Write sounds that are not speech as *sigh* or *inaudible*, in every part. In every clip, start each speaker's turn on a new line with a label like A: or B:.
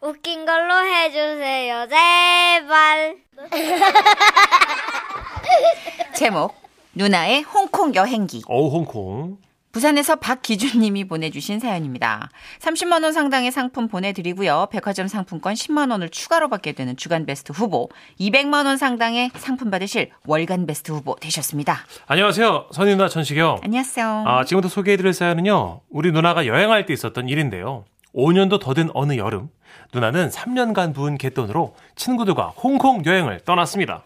A: 웃긴 걸로 해주세요, 제발.
B: 제목 누나의 홍콩 여행기
C: 어우 홍콩.
B: 부산에서 박기준님이 보내주신 사연입니다. 30만 원 상당의 상품 보내드리고요. 백화점 상품권 10만 원을 추가로 받게 되는 주간 베스트 후보, 200만 원 상당의 상품 받으실 월간 베스트 후보 되셨습니다.
C: 안녕하세요. 선희 누나 천식형.
B: 안녕하세요.
C: 아, 지금부터 소개해드릴 사연은요. 우리 누나가 여행할 때 있었던 일인데요. 5년도 더 된 어느 여름, 누나는 3년간 부은 갯돈으로 친구들과 홍콩 여행을 떠났습니다.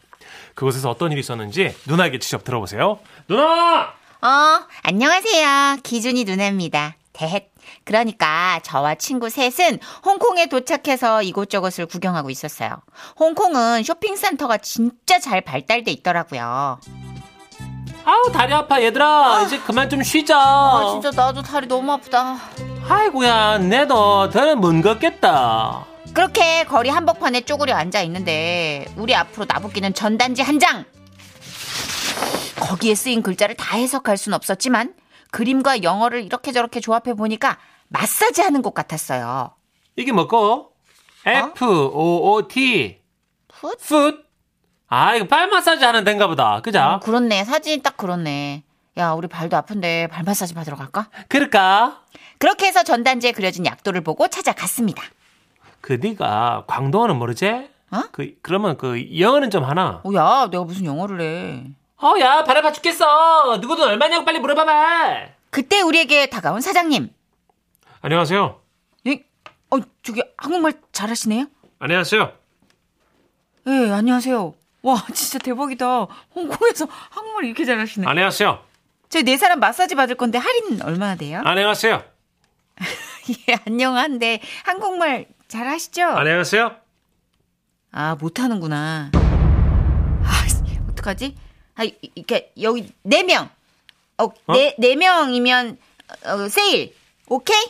C: 그곳에서 어떤 일이 있었는지 누나에게 직접 들어보세요. 누나!
B: 어, 안녕하세요. 기준이 누나입니다. 대헷. 그러니까 저와 친구 셋은 홍콩에 도착해서 이곳저곳을 구경하고 있었어요. 홍콩은 쇼핑센터가 진짜 잘 발달돼 있더라고요.
D: 아우 다리 아파 얘들아 이제 그만 좀 쉬자
B: 아, 어. 나도 다리 너무 아프다.
D: 아이고야 내도 더는 문 걷겠다
B: 그렇게 거리 한복판에 쪼그려 앉아 있는데 우리 앞으로 나붓기는 전단지 한 장. 거기에 쓰인 글자를 다 해석할 순 없었지만 그림과 영어를 이렇게 저렇게 조합해 보니까 마사지 하는 곳 같았어요.
D: 이게
B: 어?
D: 뭐고? F O O T
B: 풋?
D: 풋? 아 이거 발 마사지 하는 데인가 보다
B: 어,
D: 그자?
B: 그렇네. 사진이 딱 그렇네. 야, 우리 발도 아픈데 발 마사지 받으러 갈까?
D: 그럴까?
B: 그렇게 해서 전단지에 그려진 약도를 보고 찾아갔습니다.
D: 그 네가 광동어는 모르지?
B: 어?
D: 그, 그러면 그 영어는 좀 하나
B: 어, 야, 내가 무슨 영어를 해.
D: 어야 발 아파 죽겠어 누구 돈 얼마냐고 빨리 물어봐봐
B: 그때 우리에게 다가온 사장님.
C: 안녕하세요.
B: 예? 어, 저기 한국말 잘하시네요?
C: 안녕하세요.
B: 예, 안녕하세요. 와, *laughs* 진짜 대박이다. 홍콩에서 한국말 이렇게 잘하시네.
C: 안녕하세요.
B: 저희 네 사람 마사지 받을 건데 할인 얼마나
C: 아.
B: 돼요?
C: 안녕하세요.
B: *laughs* 예, 안녕한데 한국말 잘하시죠?
C: 네. 안녕하세요.
B: 아, 못하는구나. 아, 씨, 어떡하지? 아, 이- 이렇게 여기 네 명. 어, 네, 네 명이면 어, 세일. 오케이?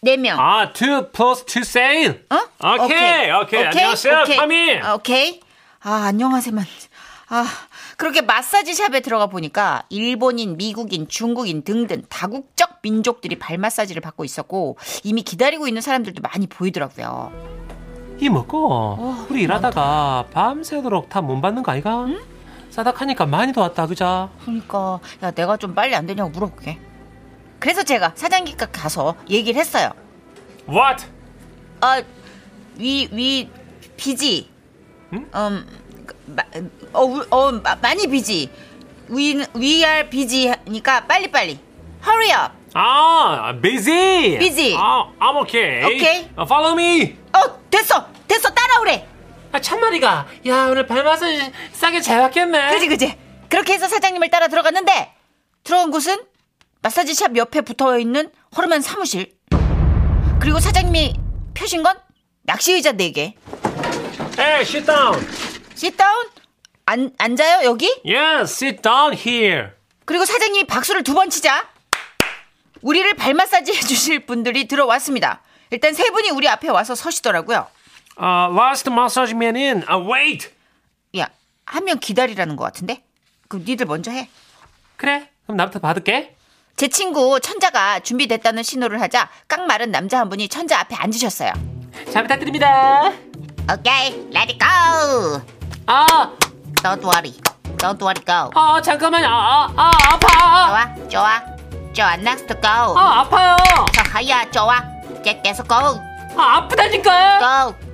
B: 네 명.
D: 아, 2 플러스 2 세일.
B: 어?
D: 오케이, 오케이. 안녕하세요,
B: 오케이.
D: 파미.
B: 아, 오케이. 아, 안녕하세요만. 아, 그렇게 마사지 샵에 들어가 보니까 일본인, 미국인, 중국인 등등 다국적 민족들이 발 마사지를 받고 있었고 이미 기다리고 있는 사람들도 많이 보이더라고요.
D: 이 먹고 우리 일하다가 밤새도록 다 문 받는 거 아이가? 싸닥하니까 많이 도왔다 그자
B: 그러니까 야, 내가 좀 빨리 안 되냐고 물어볼게. 그래서 제가 사장님께 가서 얘기를 했어요.
C: What?
B: 아, 위, 위, 비지. 음, 그, 마, 어, 우- 어, 마- 많이 비지. We, we are busy니까 빨리빨리. Hurry up.
D: 아 busy
B: Busy.
D: 아 I'm okay
B: Okay.
D: 아, follow me
B: 어, 됐어. 됐어. 따라오래.
D: 아 참말이가 야 오늘 발 마사지 싸게 잘 받겠네
B: 그지, 그지. 그렇게 해서 사장님을 따라 들어갔는데, 들어온 곳은 마사지샵 옆에 붙어 있는 허름한 사무실. 그리고 사장님이 펴신 건 낚시 의자 4개.
D: Hey sit down
B: sit down? 안, 앉아요, 여기?
D: yeah sit down here
B: 그리고 사장님이 박수를 두 번 치자 우리를 발 마사지 해주실 분들이 들어왔습니다. 일단 세 분이 우리 앞에 와서 서시더라고요.
D: 아 last massage man in 아 wait
B: 야, 한 명 기다리라는 것 같은데? 그럼 니들 먼저 해.
D: 그래 그럼 나부터 받을게
B: 제 친구 천자가 준비됐다는 신호를 하자 깡 마른 남자 한 분이 천자 앞에 앉으셨어요.
D: 잘 부탁드립니다
B: 오케이, let it go.
D: 아
B: Don't worry, don't worry, go.
D: 아 잠깐만요. 아, 아, 아 아파.
B: 좋아, 좋아, 좋아, next go.
D: 아 아파요.
B: 저 하야, 좋아, 계- 계속 go.
D: 아 아프다니까.
B: 고!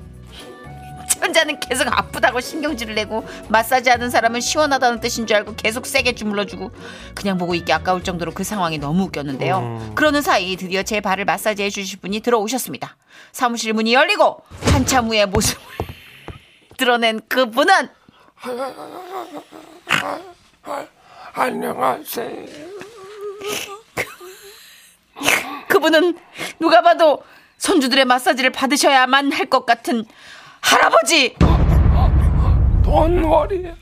B: 천자는 계속 아프다고 신경질을 내고 마사지 하는 사람은 시원하다는 뜻인 줄 알고 계속 세게 주물러주고 그냥 보고 있기 아까울 정도로 그 상황이 너무 웃겼는데요. 그러는 사이 드디어 제 발을 마사지해 주실 분이 들어오셨습니다. 사무실 문이 열리고 한참 후에 모습을 *laughs* 드러낸 그분은
E: 안녕하세요.
B: 그분은 누가 봐도 손주들의 마사지를 받으셔야만 할 것 같은 할아버지
E: 돈 월이야.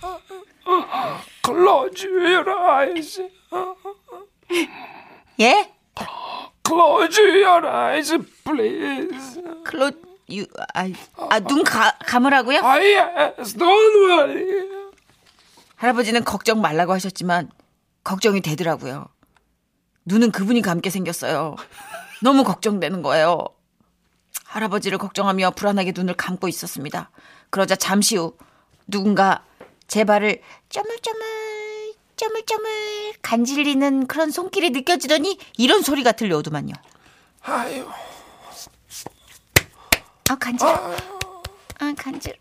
E: Close your eyes.
B: 예?
E: Close your eyes, please.
B: 클로 유 아눈 감으라고요?
E: 아, yes, don't worry.
B: 할아버지는 걱정 말라고 하셨지만 걱정이 되더라고요. 눈은 그분이 감게 생겼어요. 너무 걱정되는 거예요. 할아버지를 걱정하며 불안하게 눈을 감고 있었습니다. 그러자 잠시 후 누군가 제 발을 쪼물쪼물 쪼물쪼물 간질리는 그런 손길이 느껴지더니 이런 소리가 들려오더만요.
E: 아유,
B: 아 간질. 아 간질.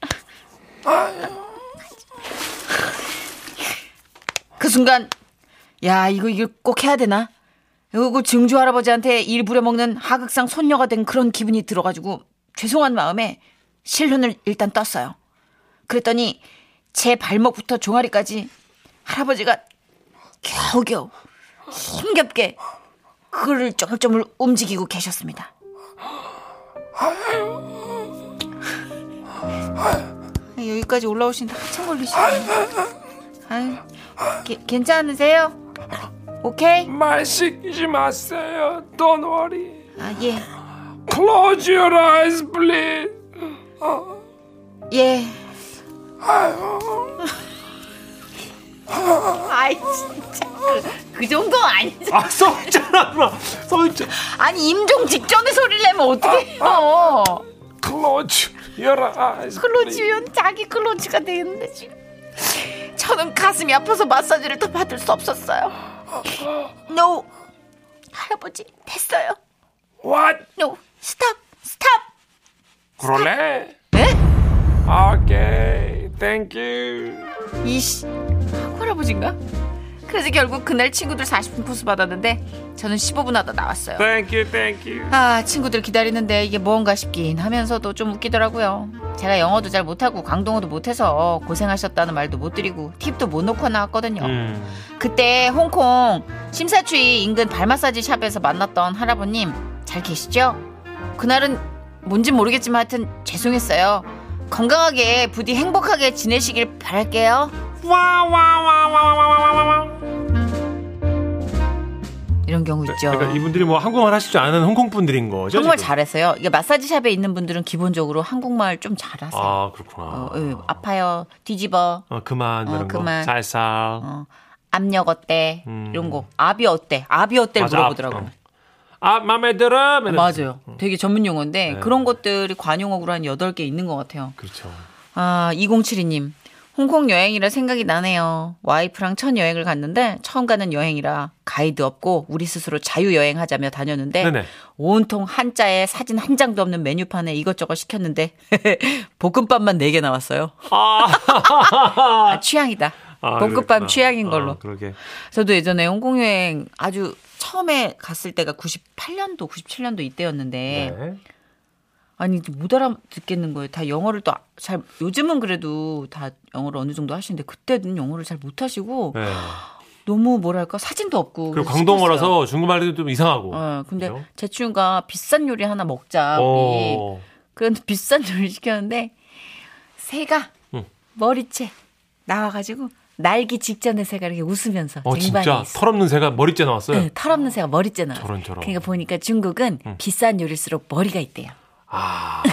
B: 그 순간 야 이거 이걸 꼭 해야 되나? 그리고 증조 할아버지한테 일 부려먹는 하극상 손녀가 된 그런 기분이 들어가지고 죄송한 마음에 실눈을 일단 떴어요. 그랬더니 제 발목부터 종아리까지 할아버지가 겨우겨우 힘겹게 그를 쪼물쪼물 움직이고 계셨습니다. 여기까지 올라오시는데 한참 걸리시네요. 아유, 게- 괜찮으세요? 오케이?
E: 말 시키지 마세요. Don't worry.
B: 아, 예.
E: Close your eyes, please.
B: 예. *laughs* 아이, 진짜. 그, 그 정도는 아니죠.
D: 아, 써있잖아, 누나. 써있잖아.
B: 아니, 임종 직전에 소리를 내면 어떡해요.
E: Close your eyes. please.
B: 클로치면 자기 클로치가 되겠는데, 지금. 저는 가슴이 아파서 마사지를 더 받을 수 없었어요. No. 할아버지, 됐어요.
E: What?
B: No. 스탑, 스탑.
E: 그러네.
B: 에?
E: Okay. Thank you.
B: 이씨 할아버지인가? 그래서 결국 그날 친구들 40분 코스 받았는데 저는 15분 하다 나왔어요.
E: Thank you. Thank you.
B: 아 친구들 기다리는데 이게 뭔가 싶긴 하면서도 좀 웃기더라고요. 제가 영어도 잘 못하고 광동어도 못해서 고생하셨다는 말도 못 드리고 팁도 못 놓고 나왔거든요.
C: 음.
B: 그때 홍콩 심사추이 인근 발 마사지 샵에서 만났던 할아버님 잘 계시죠? 그날은 뭔진 모르겠지만 하여튼 죄송했어요. 건강하게 부디 행복하게 지내시길 바랄게요. 이런 경우 있죠.
C: 그러니까 이분들이 뭐 한국말 하실 줄 아는 홍콩 분들인 거죠?
B: 네. 정말
C: 지금?
B: 잘했어요. 이게 마사지 샵에 있는 분들은 기본적으로 한국말 좀 잘하세요.
C: 아 그렇구나.
B: 어, 예. 아파요, 뒤집어,
C: 어, 그만
B: 어,
C: 이런
B: 그만.
C: 거. 잘살.
B: 어, 압력 어때? 이런 거. 압이 어때? 압이 어때를
C: 음. 맞아,
B: 물어보더라고요.
C: 압, 아 마음에 들어. 이런-
B: 맞아요.
C: 음.
B: 되게 전문 용어인데
C: 네.
B: 그런 것들이 관용어로 한 8개 있는 것 같아요.
C: 그렇죠.
B: 아, 2072님. 홍콩 여행이라 생각이 나네요. 와이프랑 첫 여행을 갔는데 처음 가는 여행이라 가이드 없고 우리 스스로 자유 여행하자며 다녔는데
C: 네네.
B: 온통 한자에 사진 한 장도 없는 메뉴판에 이것저것 시켰는데 *laughs* 볶음밥만 4개 나왔어요. *laughs* 아, 취향이다.
C: 아,
B: 볶음밥
C: 그렇구나.
B: 취향인
C: 아,
B: 걸로.
C: 그러게.
B: 저도 예전에 홍콩 여행 아주 처음에 갔을 때가 98년도, 97년도 이때였는데
C: 네.
B: 아니 못 알아듣겠는 거예요. 다 영어를 또 잘 요즘은 그래도 다 영어를 어느 정도 하시는데 그때는 영어를 잘 못 하시고
C: 네.
B: 너무 뭐랄까 사진도 없고
C: 그리고
B: 그래서 어, 시켰어요.
C: 광동어라서 중국말도 좀 이상하고.
B: 어, 근데
C: 그죠?
B: 제 친구가 비싼 요리 하나 먹자 우리
C: 어.
B: 그런 *laughs* 비싼 요리 시켰는데 새가
C: 응.
B: 머리채 나와가지고 날기 직전에 새가 이렇게 웃으면서
C: 어
B: 쟁반에
C: 진짜
B: 있어.
C: 털 없는 새가 머리째 나왔어요.
B: 네, 털 없는 새가 머리째 나와.
C: 저런, 저런.
B: 그러니까 보니까 중국은 비싼 요리일수록 머리가 있대요. *laughs*
C: 아.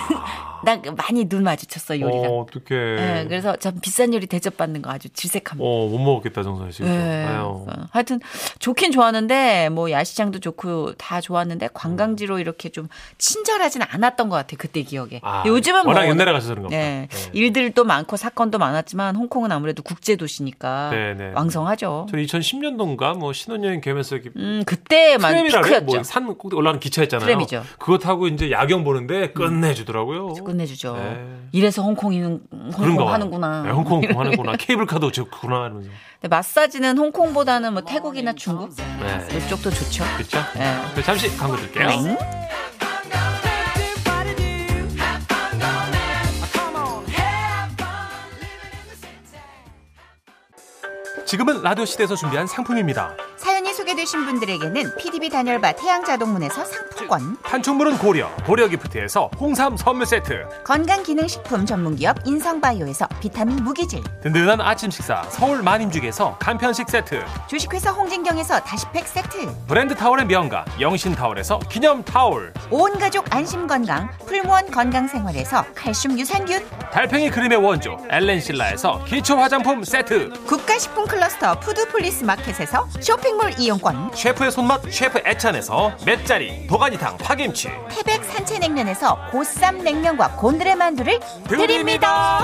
B: 나 많이 눈 마주쳤어 요리랑.
C: 어 어떡해.
B: 예, 그래서 참 비싼 요리 대접받는 거 아주 질색합니다.
C: 어못 먹겠다 정선 씨.
B: 예,
C: 아유.
B: 그러니까 하여튼 좋긴 좋았는데 뭐 야시장도 좋고 다 좋았는데 관광지로 이렇게 좀 친절하진 않았던 것 같아요 그때 기억에.
C: 아,
B: 요즘은
C: 워낙
B: 뭐
C: 옛날에 가셔서 그런가 보다.
B: 예, 일들도 많고 사건도 많았지만 홍콩은 아무래도 국제 도시니까
C: 네, 네.
B: 왕성하죠.
C: 저는 2010년도인가 뭐 신혼여행 계면서 이렇게
B: 음 그때만
C: 프렘이라 그래요?
B: 피크였죠.
C: 뭐산 꼭대기 올라가는 기차 있잖아요.
B: 프렘이죠.
C: 그거 타고 이제 야경 보는데 끝내주더라고요.
B: 끝내주죠.
C: 뭐 네.
B: 이래서 홍콩이는
C: 그런가
B: 홍콩
C: 봐요.
B: 하는구나.
C: 네, 홍콩 홍콩 하는구나. 케이블카도 좋구나 이러면서.
B: *laughs* 근데 마사지는 홍콩보다는 뭐 태국이나 중국
C: 네.
B: 이쪽도 좋죠. 음.
C: 그렇죠?
B: 네.
C: 네, 잠시 광고 드릴게요. 지금은 라디오 시대에서 준비한 상품입니다.
B: 사연이 소개되신 분들에게는 PDB 단열바 태양자동문에서 상품권,
C: 탄충물은 고려, 고려 기프트에서 홍삼 선물 세트,
B: 건강기능식품 전문기업 인성바이오에서 비타민 무기질,
C: 든든한 아침 식사 서울 만인죽에서 간편식 세트,
B: 주식회사 홍진경에서 다시팩 세트,
C: 브랜드 타월의 명가 영신 타월에서 기념 타월,
B: 온가족 안심건강 풀무원 건강생활에서 칼슘 유산균,
C: 달팽이 크림의 원조 엘렌실라에서 기초 화장품 세트,
B: 국가식품 클러스터 푸드폴리스 마켓에서 쇼핑몰 이용권, 상품권
C: 셰프의 손맛 셰프 애찬에서 맷자리 도가니탕 파김치
B: 태백 산채냉면에서 보쌈 냉면과 곤드레 만두를 드립니다.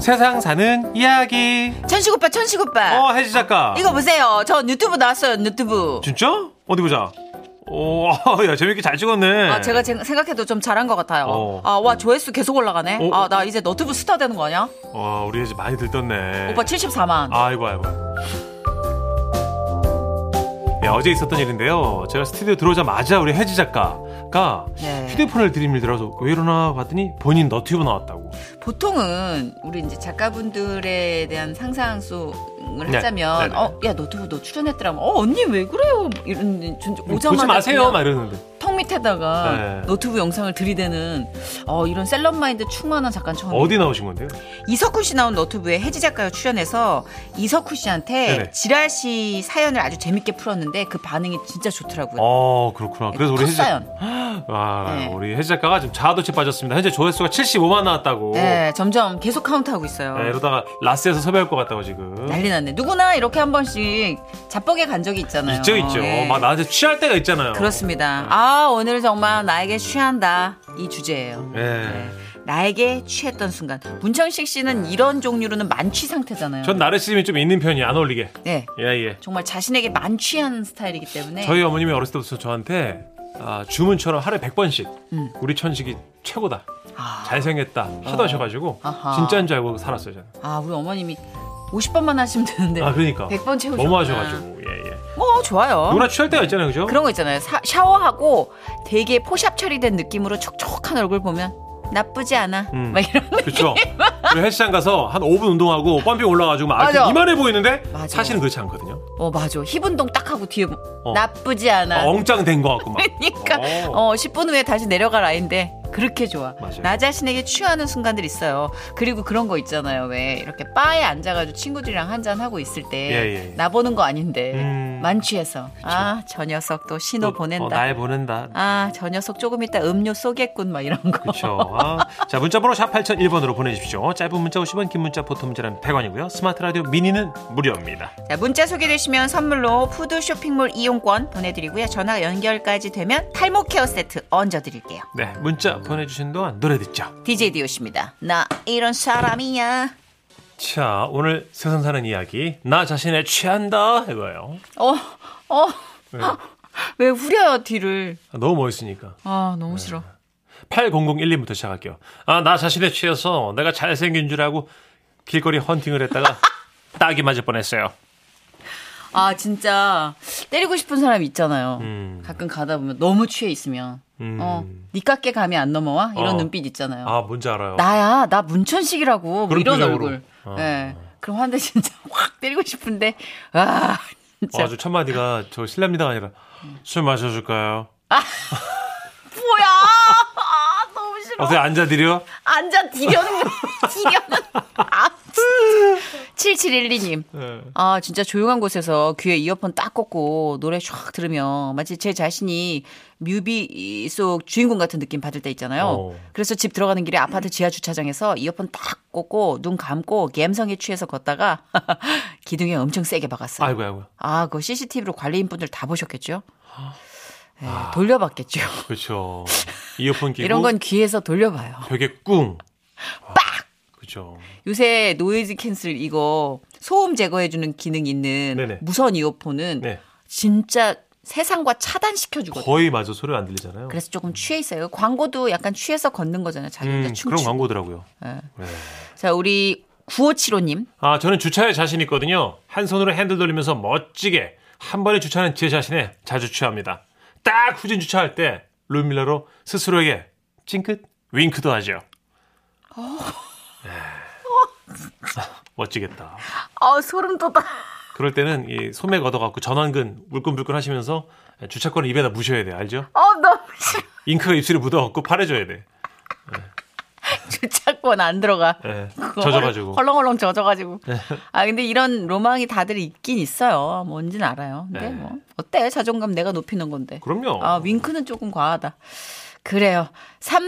C: 세상 사는 이야기
B: 천식 오빠, 천식 오빠.
C: 어 혜지 작가
B: 아, 이거 보세요. 저 유튜브 나왔어요. 유튜브.
C: 진짜? 어디 보자 오야 *laughs* 재밌게 잘 찍었네
B: 아, 제가 제- 생각해도 좀 잘한 것 같아요.
C: 어.
B: 아, 와, 조회수 계속 올라가네.
C: 어.
B: 아, 나 이제 너튜브 스타 되는 거 아니야?
C: 와 우리 혜지 많이 들떴네
B: 오빠 74만.
C: 아이고 아이고. 네, 어제 있었던 일인데요. 제가 스튜디오 들어오자마자 우리 혜지 작가가
B: 네.
C: 휴대폰을 들이밀더라서 왜 이러나 봤더니 본인 너튜브 나왔다고.
B: 보통은 우리 이제 작가분들에 대한 상상수를
C: 네,
B: 하자면,
C: 네, 네.
B: 어, 야, 너튜브 너 출연했더라면, 어, 언니 왜 그래요? 이런, 진 오자마자.
C: 음, 보지 마세요,
B: 그냥
C: 막 이러는데.
B: 턱 밑에다가
C: 네.
B: 노트북 영상을 들이대는 어, 이런 셀럽 마인드 충만한 작가 처음.
C: 어디 나오신 건데요?
B: 이석훈 씨 나온 너튜브에 혜지 작가가 출연해서 이석훈 씨한테
C: 네네.
B: 지랄 씨 사연을 아주 재밌게 풀었는데 그 반응이 진짜 좋더라고요.
C: 어 그렇구나. 그래서 우리 혜지
B: 컷사연.
C: 와
B: 네.
C: 우리 혜지 작가가 지금 자아도취 빠졌습니다. 현재 조회수가 75만 나왔다고.
B: 네, 점점 계속 카운트하고 있어요.
C: 네, 이러다가 라스에서 섭외할 것 같다고 지금.
B: 난리 났네. 누구나 이렇게 한 번씩 자뻑에 간 적이 있잖아요.
C: 있죠 있죠. 어, 네.
B: 네.
C: 막 나한테 취할 때가 있잖아요.
B: 그렇습니다. 아, 오늘 정말 나에게 취한다. 이 주제예요.
C: 네.
B: 나에게 취했던 순간. 문천식 씨는 이런 종류로는 만취 상태잖아요.
C: 전 나르시즘이 좀 있는 편이 안 어울리게.
B: 네.
C: 예 예.
B: 정말 자신에게 만취한 스타일이기 때문에
C: 저희 어머님이 어렸을 때부터 저한테 아, 주문처럼 하루에 100번씩
B: 음.
C: 우리 천식이 최고다
B: 아.
C: 잘생겼다 하도 하셔가지고
B: 아하.
C: 진짜인 줄 알고 살았어요 저는
B: 아 우리 어머님이 50번만 하시면 되는데
C: 아 그러니까
B: 네. 100번 채우셨구나.
C: 너무 하셔가지고 예예
B: 뭐 좋아요.
C: 누나 취할 때가 있잖아요 그죠?
B: 그런 거 있잖아요. 사- 샤워하고 되게 포샵 처리된 느낌으로 촉촉한 얼굴 보면 나쁘지 않아.
C: 음.
B: 막 이런
C: 그렇죠 우리 헬스장 가서 한 5분 운동하고 펌핑 올라가지고 막
B: 맞아.
C: 이렇게 이만해 보이는데
B: 맞아.
C: 사실은 그렇지 않거든요
B: 어 맞아. 힙 운동 딱 하고 뒤에
C: 어.
B: 나쁘지 않아. 네.
C: 어, 엉짱 된 거 같고
B: *laughs*
C: 막
B: 그러니까
C: 어.
B: 어 10분 후에 다시 내려갈 아인데 그렇게 좋아.
C: 맞아요.
B: 나 자신에게 취하는 순간들 있어요. 그리고 그런 거 있잖아요. 왜 이렇게 바에 앉아가지고 친구들이랑 한잔 하고 있을 때 나
C: 예, 예, 예.
B: 보는 거 아닌데
C: 음.
B: 만취해서 아 저 녀석 또 신호
C: 또,
B: 보낸다.
C: 어, 날 보낸다
B: 아, 저 녀석 조금 이따 음료 쏘겠군, 막 이런 거.
C: 그렇죠. 아, 자 문자번호 샵 8001번으로 보내주십시오. 짧은 문자 50원 긴 문자 보통 문자는 100원이고요. 스마트 라디오 미니는 무료입니다.
B: 자, 문자 소개되시면 선물로 푸드 쇼핑몰 이용권 보내드리고요. 전화 연결까지 되면 탈모 케어 세트 얹어드릴게요.
C: 네, 문자 보내주신 동안 노래 듣죠.
B: DJ 디오씨입니다. 나 이런 사람이야.
C: 자, 오늘 세상 사는 이야기 나 자신에 취한다 이거예요.
B: 어, 어,
C: 네,
B: 왜 후려요, 뒤를.
C: 너무 멋있으니까.
B: 아,
C: 네.
B: 너무 싫어.
C: 8001님부터 시작할게요. 아, 나 자신에 취해서 내가 잘생긴 줄 알고 길거리 헌팅을
B: *laughs*
C: 했다가 딱이 맞을 뻔했어요.
B: 아, 진짜. 때리고 싶은 사람 있잖아요.
C: 음.
B: 가끔 가다 보면 너무 취해 있으면.
C: 음.
B: 어, 니깎게 감이 안 넘어와? 이런
C: 어.
B: 눈빛 있잖아요.
C: 아, 뭔지 알아요.
B: 나야 나 문천식이라고 뭐
C: 그런
B: 이런
C: 표정으로.
B: 얼굴. 예.
C: 아.
B: 그럼 한대 진짜 *laughs* 확 때리고 싶은데 아 진짜 음.
C: 어, 아주 첫 마디가 저 실례입니다가 아니라 술 마셔줄까요? *laughs*
B: 뭐야 아, 너무 싫어
C: 어떻게 앉아드려?
B: 앉아
C: *laughs*
B: 디려는 거 디려는 거. 아 진짜 7712님
C: 네.
B: 아 진짜 조용한 곳에서 귀에 이어폰 딱 꽂고 노래 쫙 들으면 마치 제 자신이 뮤비 속 주인공 같은 느낌 받을 때 있잖아요.
C: 어.
B: 그래서 집 들어가는 길에 아파트 지하 주차장에서 이어폰 딱 꽂고 눈 감고 갬성에 취해서 걷다가 *laughs* 기둥에 엄청 세게 박았어요.
C: 아이고, 아이고.
B: 아, 그 CCTV로 관리인분들 다 보셨겠죠? 예, 돌려봤겠죠.
C: 아. 그렇죠. 이어폰 끼고
B: 이런 건 귀에서 돌려봐요.
C: 벽에 꿍.
B: 빡!
C: 그렇죠.
B: 요새 노이즈 캔슬 이거 소음 제거해주는 기능 있는
C: 네네.
B: 무선 이어폰은
C: 네.
B: 진짜 세상과 차단시켜주거든요.
C: 거의 맞아 소리가 안 들리잖아요.
B: 그래서 조금 취해 있어요. 광고도 약간 취해서 걷는 거잖아요. 자기 혼자
C: 음, 그런
B: 춤추고.
C: 광고더라고요. 네.
B: 자, 우리 9575님.
C: 아, 저는 주차에 자신 있거든요. 한 손으로 핸들 돌리면서 멋지게 한 번에 주차하는 제 자신에 자주 취합니다. 딱 후진 주차할 때 룸밀러로 스스로에게 찡긋 윙크도 하죠.
B: 어.
C: 네. 멋지겠다.
B: 아, 소름 돋아.
C: 그럴 때는 이 소맥 얻어갖고 전완근 울끈불끈 하시면서 주차권을 입에다 무셔야 돼. 알죠?
B: 어, 너무 *laughs* 싫어.
C: 잉크가 입술에 묻어갖고 팔해줘야 돼.
B: 주차권 안 들어가.
C: 네.
B: 그거
C: 젖어가지고. 네.
B: 헐렁헐렁 젖어가지고. 아 근데 이런 로망이 다들 있긴 있어요. 뭔진 알아요. 근데
C: 네.
B: 뭐 어때? 자존감 내가 높이는 건데.
C: 그럼요.
B: 아, 윙크는 조금 과하다. 그래요.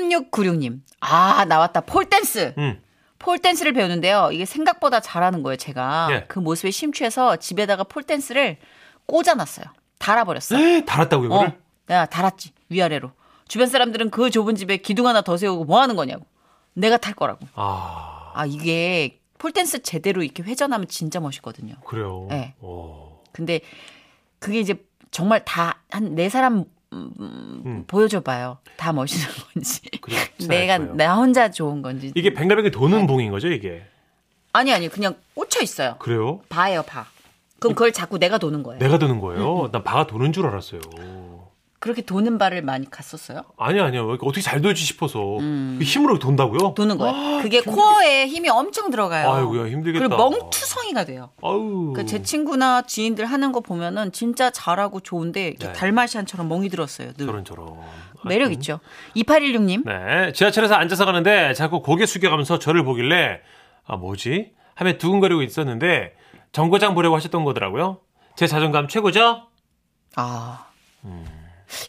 B: 3696님. 아, 나왔다. 폴댄스.
C: 음.
B: 폴댄스를 배우는데요. 이게 생각보다 잘하는 거예요, 제가.
C: 예.
B: 그 모습에 심취해서 집에다가 폴댄스를 꽂아놨어요. 달아버렸어.
C: 에이, 네, 달았다고 이거를?
B: 어, 내가 달았지. 위아래로. 주변 사람들은 그 좁은 집에 기둥 하나 더 세우고 뭐 하는 거냐고. 내가 탈 거라고.
C: 아
B: 아, 이게 폴댄스 제대로 이렇게 회전하면 진짜 멋있거든요.
C: 그래요.
B: 네.
C: 어.
B: 근데 그게 이제 정말 다 한 네 사람 음, 보여줘봐요. 다 멋있는
C: *laughs*
B: 건지. *laughs* 내가
C: 거예요.
B: 나 네. 혼자 좋은 건지.
C: 이게 뱅글뱅글 도는 봉인 거죠 이게?
B: 아니 아니 그냥 꽂혀 있어요.
C: 그래요?
B: 바예요 바. 그럼 그걸 자꾸 내가 도는 거예요.
C: 내가 도는
B: 음.
C: 거예요? 난 바가 도는 줄 알았어요.
B: 그렇게 도는 바를 많이 갔었어요.
C: 아니야 아니야 어떻게 잘 돌지 싶어서 그 힘으로 돈다고요?
B: 음. 도는 거예요. 그게 코어에 힘이 엄청 들어가요.
C: 아, 아이고야, 힘들겠다.
B: 그리고 멍투성이가 돼요.
C: 아우
B: 그러니까 제 친구나 지인들 하는 거 보면은 진짜 잘하고 좋은데 이렇게
C: 네.
B: 달마시안처럼 멍이 들었어요. 늘
C: 저런 아, 저런.
B: 매력 있죠. 2816님.
C: 네 지하철에서 앉아서 가는데 자꾸 고개 숙여가면서 저를 보길래 아 뭐지? 하며 두근거리고 있었는데 정거장 보려고 하셨던 거더라고요. 제 자존감 최고죠?
B: 아
C: 음.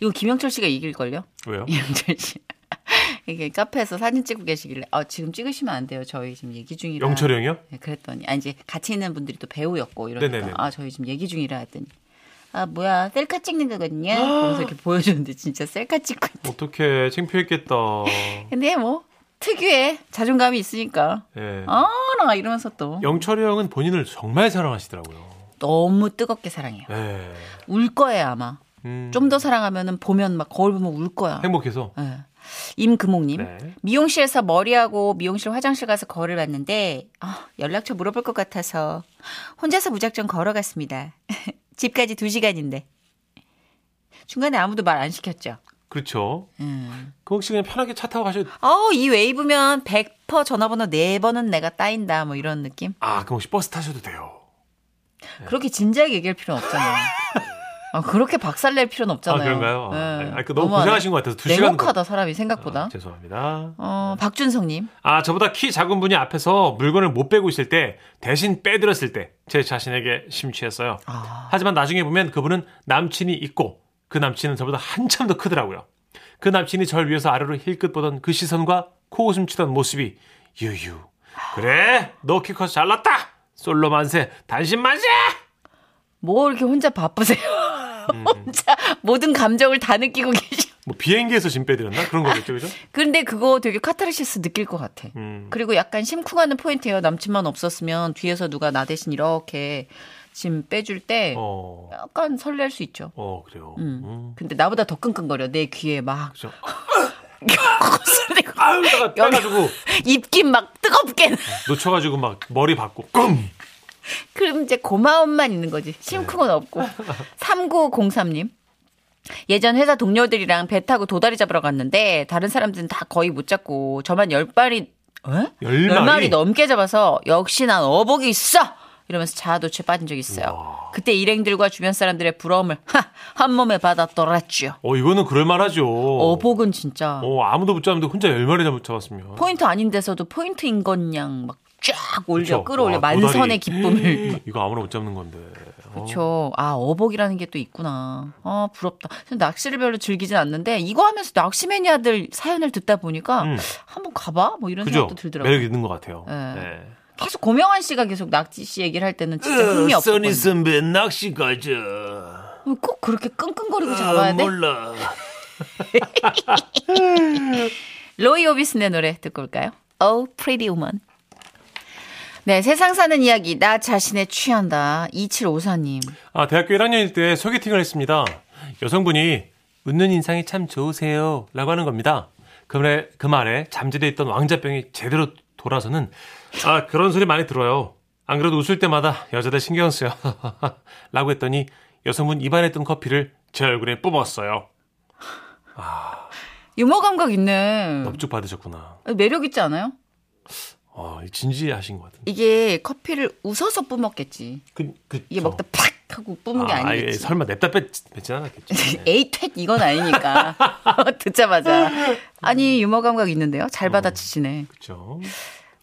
B: 이거 김영철 씨가 이길 걸요. *laughs*
C: 왜요?
B: 이영철 씨. 이게 카페에서 사진 찍고 계시길래 아 지금 찍으시면 안 돼요. 저희 지금 얘기 중이라.
C: 영철이 형이요?
B: 네, 그랬더니 아 이제 같이 있는 분들이 또 배우였고 이러니까
C: 네네네.
B: 아 저희 지금 얘기 중이라 했더니 아 뭐야 셀카 찍는 거거든요.
C: 아.
B: 그래서 이렇게 보여줬는데 진짜 셀카 찍고. 있-
C: 어떻게 창피했겠다.
B: 근데 뭐 특유의 자존감이 있으니까
C: 예.
B: 아나 이러면서 또
C: 영철이 형은 본인을 정말 사랑하시더라고요.
B: 너무 뜨겁게 사랑해요.
C: 예.
B: 울 거예요 아마.
C: 음,
B: 아, 좀 더 사랑하면은 보면 막 거울 보면 울 거야.
C: 행복해서.
B: 예. 임금옥님
C: 네.
B: 미용실에서 머리하고 미용실 화장실 가서 걸을 봤는데 아, 연락처 물어볼 것 같아서 혼자서 무작정 걸어갔습니다. *laughs* 집까지 2 시간인데 중간에 아무도 말 안 시켰죠.
C: 그렇죠.
B: 음.
C: 그 혹시 그냥 편하게 차 타고 가셔도
B: 어이 웨이브면 100% 전화번호 4 번은 내가 따인다 뭐 이런 느낌.
C: 아, 그럼 혹시 버스 타셔도 돼요. 네.
B: 그렇게 진지하게 얘기할 필요는 없잖아요. 아, 그렇게 박살 낼 필요는 없잖아요.
C: 아, 그런가요? 아,
B: 예.
C: 아, 그 너무
B: 너무하네.
C: 고생하신 것 같아서 두 시간.
B: 냉혹하다 사람이 생각보다.
C: 아, 죄송합니다.
B: 어, 박준성님.
C: 아, 저보다 키 작은 분이 앞에서 물건을 못 빼고 있을 때 대신 빼들었을 때 제 자신에게 심취했어요.
B: 아.
C: 하지만 나중에 보면 그분은 남친이 있고 그 남친은 저보다 한참 더 크더라고요. 그 남친이 절 위에서 아래로 힐끗 보던 그 시선과 코웃음 치던 모습이 유유. 그래, 너 키 커서 잘났다. 솔로 만세, 단신 만세.
B: 뭐 이렇게 혼자 바쁘세요? *laughs*
C: 음.
B: 혼자 모든 감정을 다 느끼고 계셔.
C: 뭐 비행기에서 짐 빼드렸나 그런 거겠죠, 그죠?
B: 근데 그거 되게 카타르시스 느낄 것 같아.
C: 음.
B: 그리고 약간 심쿵하는 포인트예요. 남친만 없었으면 뒤에서 누가 나 대신 이렇게 짐 빼줄 때
C: 어,
B: 약간 설렐 수 있죠.
C: 어 그래요.
B: 음.
C: 음.
B: 근데 나보다 더 끙끙거려 내 귀에
C: *laughs*
B: 막 *laughs*
C: 그죠.
B: 거슬리고 *laughs*
C: 아유, 내가 빼가지고
B: 입김 막 뜨겁게.
C: 놓쳐가지고 막 머리 받고 끔.
B: 그럼 이제 고마움만 있는 거지.
C: 네.
B: 심쿵은 없고. 3903님. 예전 회사 동료들이랑 배 타고 도다리 잡으러 갔는데 다른 사람들은 다 거의 못 잡고 저만 열 발이 어?
C: 열
B: 열 마리
C: 마리?
B: 넘게 잡아서 역시 난 어복이 있어 이러면서 자아도취에 빠진 적이 있어요. 그때 일행들과 주변 사람들의 부러움을 하, 한 몸에 받았더랬죠.
C: 어 이거는 그럴만하죠.
B: 어복은 진짜
C: 어 아무도 못 잡는데 혼자 열 마리 잡- 잡았으면.
B: 포인트 아닌 데서도 포인트인 것냥 막 쫙 올려
C: 그쵸?
B: 끌어올려
C: 와,
B: 만선의
C: 도다리. *laughs*
B: 기쁨을
C: 이거 아무나 못 잡는 건데. 어.
B: 그렇죠. 아 어복이라는 게 또 있구나. 아 부럽다. 전 낚시를 별로 즐기진 않는데 이거 하면서 낚시 매니아들 사연을 듣다 보니까
C: 음.
B: 한번 가봐 뭐 이런
C: 그죠?
B: 생각도 들더라고요.
C: 매력 있는 것 같아요.
B: 예.
C: 네.
B: 계속 고명환 씨가 계속 낚시 씨 얘기를 할 때는 진짜 흥미 없었거든요. 어,
E: 선배 낚시 가자.
B: 꼭 그렇게 끙끙거리고 잡아야 돼?
E: 몰라.
B: *laughs* 로이 오비슨의 노래 듣고 올까요? Oh, Pretty Woman. 네, 세상 사는 이야기 나 자신에 취한다. 2754님.
C: 아 대학교 1학년일 때 소개팅을 했습니다. 여성분이 웃는 인상이 참 좋으세요라고 하는 겁니다. 그 말에 그 말에 잠재돼 있던 왕자병이 제대로 돌아서는 아 그런 소리 많이 들어요. 안 그래도 웃을 때마다 여자들 신경 *laughs* 쓰여라고 했더니 여성분 입안에 뜬 커피를 제 얼굴에 뿜었어요.
B: 유머 감각 있네.
C: 넙죽 받으셨구나.
B: 매력 있지 않아요?
C: 어, 진지하신 것 같은데.
B: 이게 커피를 웃어서 뿜었겠지.
C: 그, 그,
B: 이게 먹다 팍 하고 뿜은 게
C: 아, 아예
B: 아니겠지.
C: 설마 냅다 뺐, 뺐진 않았겠지. 네.
B: *laughs* 에이 퇴 이건 아니니까 *laughs* 어,
C: 음.
B: 듣자마자 아니 유머 감각 있는데요 잘 받아치시네
C: 그렇죠.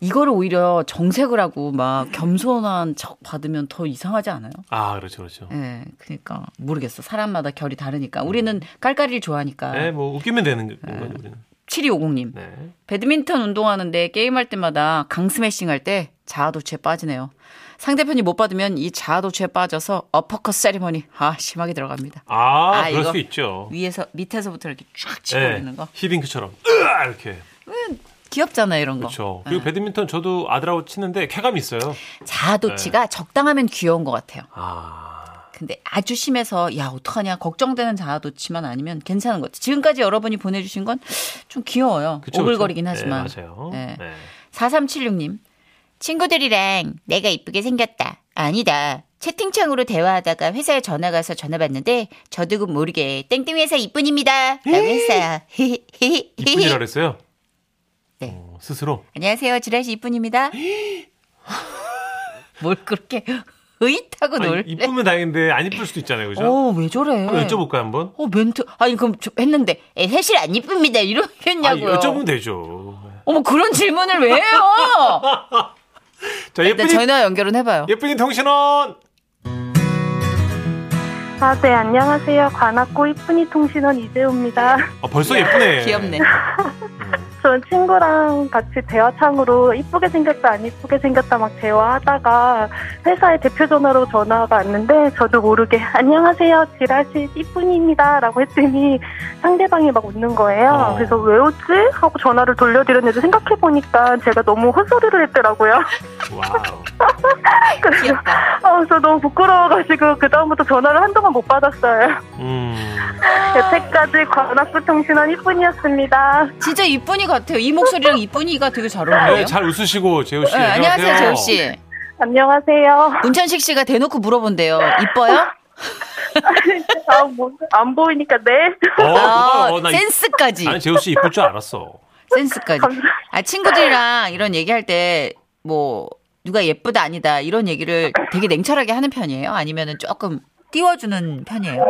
B: 이거를 오히려 정색을 하고 막 겸손한 척 받으면 더 이상하지 않아요?
C: 아 그렇죠 그렇죠.
B: 예, 그러니까 모르겠어. 사람마다 결이 다르니까. 우리는 깔깔이를 좋아하니까.
C: 음. 네, 뭐 웃기면 되는 거-
B: 음.
C: 거죠 우리는.
B: 7250님.
C: 네.
B: 배드민턴 운동하는데 게임할 때마다 강 스매싱 할 때 자아도취에 빠지네요. 상대편이 못 받으면 이 자아도취에 빠져서 어퍼컷 세리머니 아 심하게 들어갑니다.
C: 아,
B: 아,
C: 그럴
B: 이거.
C: 수 있죠.
B: 위에서 밑에서부터 이렇게 쫙 치고
C: 네.
B: 올리는 거 음.
C: 히딩크처럼 으아! 이렇게
B: 귀엽잖아요 이런 거.
C: 그렇죠. 그리고 배드민턴 저도 아들하고 치는데 쾌감이 있어요.
B: 자아도취가
C: 네.
B: 적당하면 귀여운 것 같아요.
C: 아
B: 근데 아주 심해서 야 어떡하냐 걱정되는 자아도취만 아니면 괜찮은 것 같아요. 지금까지 여러분이 보내주신 건 좀 귀여워요.
C: 그쵸,
B: 오글거리긴
C: 그쵸?
B: 하지만.
C: 네, 맞아요.
B: 네.
C: 네.
B: 4376님. 친구들이랑 내가 이쁘게 생겼다. 아니다. 채팅창으로 대화하다가 회사에 전화 가서 전화 받는데 저도 그 모르게 땡땡 회사 이쁜입니다. 라고 했어요. *laughs*
C: 이쁜이라 그랬어요.
B: 네.
C: 어, 스스로
B: 안녕하세요. 지라시 이쁜입니다. 뭘 그렇게 의타고
C: 아니,
B: 놀?
C: 이쁘면 다행인데 안 이쁠 수도 있잖아요, 그죠?
B: 어, 왜 저래?
C: 한번 여쭤볼까요 한번?
B: 어, 멘트. 아니 그럼 저- 했는데 에, 사실 안 이쁩니다.
C: 아니,
B: 이러겠냐고요.
C: 여쭤보면 되죠.
B: 어머 그런 질문을 왜 해요?
C: 자 *laughs*
B: 네,
C: 예쁜이
B: 전화 연결은 해봐요.
C: *laughs* 예쁜이 통신원
F: 아, 네, 안녕하세요. 관악구 이쁜이 통신원 이재우입니다.
C: 아, 벌써 예쁘네.
B: 귀엽네.
F: 전 친구랑 같이 대화창으로 이쁘게 생겼다, 안 이쁘게 생겼다 막 대화하다가 회사의 대표 전화로 전화가 왔는데 저도 모르게 *laughs* 안녕하세요. 지라시 이쁜입니다. 라고 했더니 상대방이 막 웃는 거예요.
C: 어.
F: 그래서 왜 웃지? 하고 전화를 돌려드렸는데 생각해보니까 제가 너무 헛소리를 했더라고요. *laughs*
C: 와우.
F: 그래서
B: 귀엽다.
F: 아, 저 너무 부끄러워가지고 그다음부터 전화를 한동안 못 받았어요.
C: 음.
F: 여태까지 관악구 통신원 이쁜이었습니다.
B: 진짜 이쁜이 같아요. 이 목소리랑 이쁜이가 되게 잘
C: 네,
B: 어울려요.
C: 잘 웃으시고 재우 씨.
B: 네, 안녕하세요, 재우 씨.
F: 안녕하세요.
B: 문천식 씨가 대놓고 물어본대요. 이뻐요?
F: 아, 뭐, 안 보이니까 네.
C: 어, 고마워.
B: 아,
C: 나 이-
B: 센스까지.
C: 나는 재우 씨 이쁠 줄 알았어.
B: 센스까지. 아, 친구들이랑 이런 얘기할 때 뭐 누가 예쁘다 아니다 이런 얘기를 되게 냉철하게 하는 편이에요? 아니면은 조금 띄워주는 편이에요?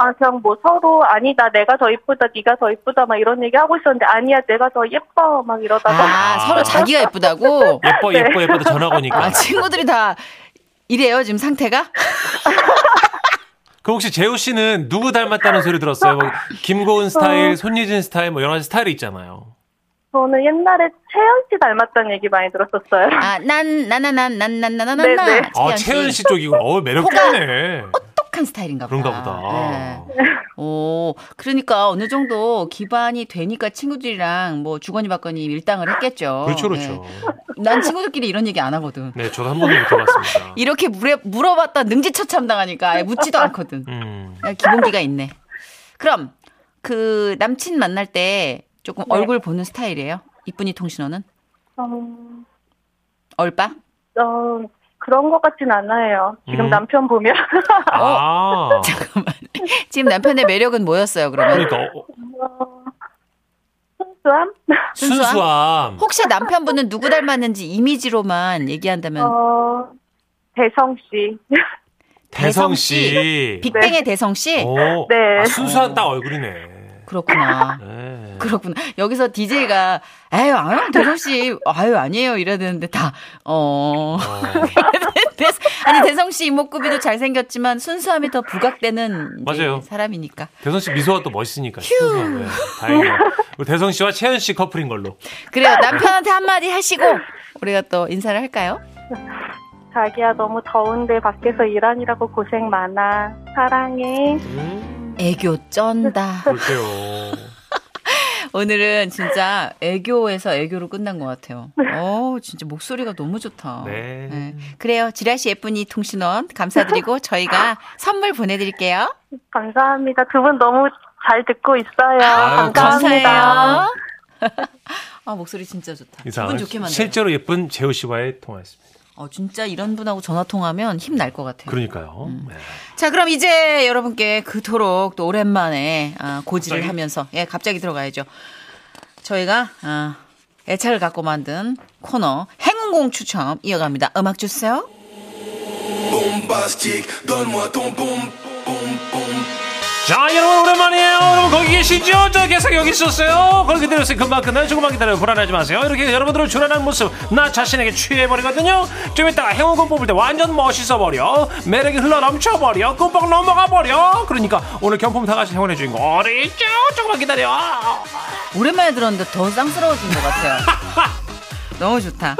F: 아, 그냥 뭐 서로 아니다. 내가 더 이쁘다. 네가 더 이쁘다. 막 이런 얘기 하고 있었는데 아니야. 내가 더 예뻐. 막 이러다가
B: 아, 서로 자기가 예쁘다고?
C: 예뻐 예뻐 예뻐도 전화가 오니까.
B: 아, 친구들이 다 이래요, 지금 상태가?
C: 그 혹시 재우 씨는 누구 닮았다는 소리 들었어요? 뭐 김고은 스타일, 손예진 스타일 뭐 여러 가지 스타일이 있잖아요.
F: 저는 옛날에 채연 씨 닮았다는 얘기 많이 들었었어요.
B: 아, 난,
F: 네, 네.
B: 나나나나나나나.
C: 아, 채은 씨 쪽이고. 어, 매력적이네.
B: 똑똑한 스타일인가 보다. 네.
C: 그런가 보다.
B: 오, 그러니까 어느 정도 기반이 되니까 친구들이랑 뭐 주거니 받거니 밀당을 했겠죠.
C: 그렇죠, 그렇죠.
B: 네. 난 친구들끼리 이런 얘기 안 하거든.
C: 네, 저도 한 번도 못 해봤습니다.
B: 이렇게 물에, 물어봤다 능지처참 당하니까 아예 묻지도 않거든.
C: 음.
B: 야, 기본기가 있네. 그럼 그 남친 만날 때 조금 얼굴 보는 스타일이에요? 이쁜이 통신원은?
F: 음,
B: 얼빠? *laughs*
F: 어, 그런 것 같진 않아요. 지금
C: 음.
F: 남편 보면. *laughs*
B: 어.
C: 아.
B: 잠깐만. 지금 남편의 매력은 뭐였어요, 그러면?
C: 그러니까 어,
F: 순수함?
B: 순수함?
C: 순수함.
B: 혹시 남편분은 누구 닮았는지 이미지로만 얘기한다면
F: 어, 대성 씨.
C: 대성 씨.
B: 빅뱅의 대성 씨?
C: 오,
F: 네.
C: 아, 순수한 딱 얼굴이네.
B: 그렇구나.
C: 네.
B: 그렇구나. 여기서 DJ가, 아유, 아유, 대성씨, 아유, 아니에요. 이래야 되는데, 다, 어. *laughs*
C: 어,
B: 대성- 아니, 대성씨 이목구비도 잘생겼지만, 순수함이 더 부각되는 이제
C: 맞아요.
B: 사람이니까.
C: 대성 씨 미소가 또 멋있으니까. 순수한, 네, 다행이에요. 우리 대성 씨와 채연 씨 커플인 걸로.
B: 그래요. 남편한테 한마디 하시고, 우리가 또 인사를 할까요?
F: 자기야, 너무 더운데 밖에서 일하느라고 고생 많아. 사랑해.
C: 음,
B: 애교 쩐다.
C: 그렇게요.
B: 오늘은 진짜 애교에서 애교로 끝난 것 같아요. 어 진짜 목소리가 너무 좋다.
C: 네.
B: 그래요. 지라시 예쁜이 통신원 감사드리고 저희가 선물 보내드릴게요.
F: 감사합니다. 두 분 너무 잘 듣고 있어요.
C: 아유,
F: 감사합니다.
B: 감사해요. *laughs* 아 목소리 진짜 좋다. 기분
C: 이 상황을
B: 좋게 만들어.
C: 실제로 예쁜 재우 씨와의 통화였습니다.
B: 어 진짜 이런 분하고 전화 통하면 힘 날 것 같아요.
C: 그러니까요.
B: 음.
C: 네.
B: 자 그럼 이제 여러분께 그토록 또 오랜만에 아, 고지를 하면서 예 갑자기 들어가야죠. 저희가 아, 애착을 갖고 만든 코너 행운공 추첨 이어갑니다. 음악 주세요.
G: bombastique. Donne-moi ton bombe, bombe, bombe.
C: 자, 여러분 오랜만이에요. 여러분 거기 계시죠? 저 계속 여기 있었어요. 거기 기다렸어요. 금방 끝나요. 조금만 기다려요. 불안하지 마세요. 이렇게 여러분들을 불안한 모습 나 자신에게 취해버리거든요. 좀 이따가 행운권 뽑을 때 완전 멋있어버려. 매력이 흘러 넘쳐버려. 꿈뻑 넘어가버려. 그러니까 오늘 경품 사가신 행운의 주인공 어리죠? 조금만 기다려.
B: 오랜만에 들었는데 더 쌍스러워진 것 같아요. 너무 좋다.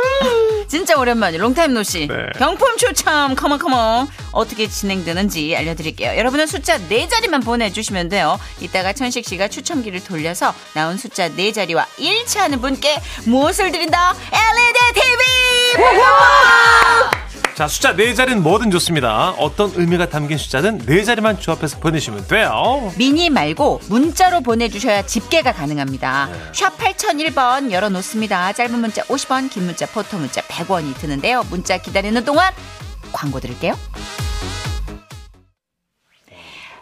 B: 진짜 오랜만이 롱타임 노씨 경품 추첨 컴온 컴온 어떻게 진행되는지 알려드릴게요. 여러분은 숫자 네 자리만 보내주시면 돼요. 이따가 천식 씨가 추첨기를 돌려서 나온 숫자 네 자리와 일치하는 분께 무엇을 드린다? LED TV!
C: 자, 숫자 네 자리는 뭐든 좋습니다. 어떤 의미가 담긴 숫자는 네 자리만 조합해서 보내시면 돼요.
B: 미니 말고 문자로 보내주셔야 집계가 가능합니다. 샵 8001번 열어놓습니다. 짧은 문자 50원, 긴 문자, 포토 문자 100원이 드는데요. 문자 기다리는 동안 광고 드릴게요.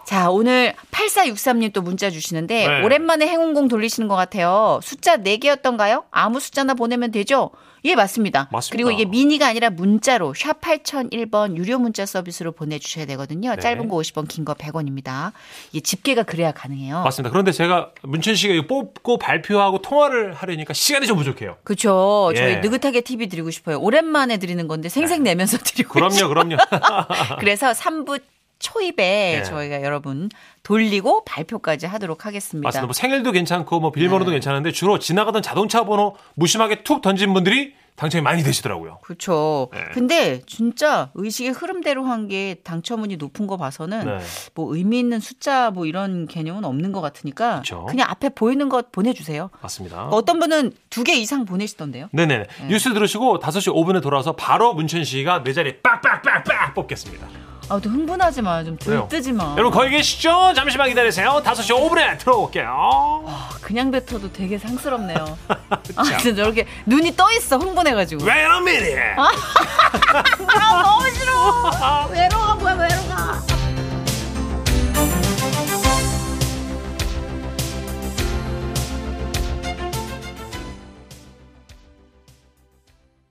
B: 자, 오늘 8463님 또 문자 주시는데
C: 네.
B: 오랜만에 행운공 돌리시는 것 같아요. 숫자 4개였던가요? 아무 숫자나 보내면 되죠? 예, 맞습니다.
C: 맞습니다.
B: 그리고 이게 미니가 아니라 문자로 샵 8001번 유료 문자 서비스로 보내주셔야 되거든요. 짧은 거 50원, 긴 거 100원입니다. 이게 집계가 그래야 가능해요.
C: 맞습니다. 그런데 제가 문천 씨가 이거 뽑고 발표하고 통화를 하려니까 시간이 좀 부족해요.
B: 그렇죠.
C: 예. 네.
B: 저희 느긋하게 TV 드리고 싶어요. 오랜만에 드리는 건데 생색내면서 드리고
C: 그럼요, 그럼요.
B: 싶어요. 그래서 3부 초입에
C: 예.
B: 저희가 여러분 돌리고 발표까지 하도록 하겠습니다. 네.
C: 맞습니다. 뭐 생일도 괜찮고 뭐 비밀번호도 괜찮은데 주로 지나가던 자동차 번호 무심하게 툭 던진 분들이 당첨이 많이 되시더라고요.
B: 그렇죠.
C: 예.
B: 근데 진짜 의식의 흐름대로 한 게 당첨운이 높은 거 봐서는
C: 네.
B: 뭐 의미 있는 숫자 뭐 이런 개념은 없는 것 같으니까
C: 그쵸.
B: 냥 앞에 보이는 것 보내주세요.
C: 맞습니다.
B: 어떤 음. 분은 두 개 이상 보내시던데요.
C: 네네. 뉴스 들으시고 5시 5분에 돌아와서 바로 문천 씨가 내 자리에 빡빡빡빡 뽑겠습니다.
B: 아, 또 흥분하지 마. 좀
C: 왜요?
B: 들뜨지 마.
C: 여러분 거기 계시죠? 잠시만 기다리세요. 5시 5분에 들어올게요.
B: 그냥 뱉어도 되게 상스럽네요. 아, 진짜 저렇게 눈이 떠 있어 흥분해가지고.
C: Wait a minute.
B: 아 너무 싫어. 외로워 뭐야 외로워.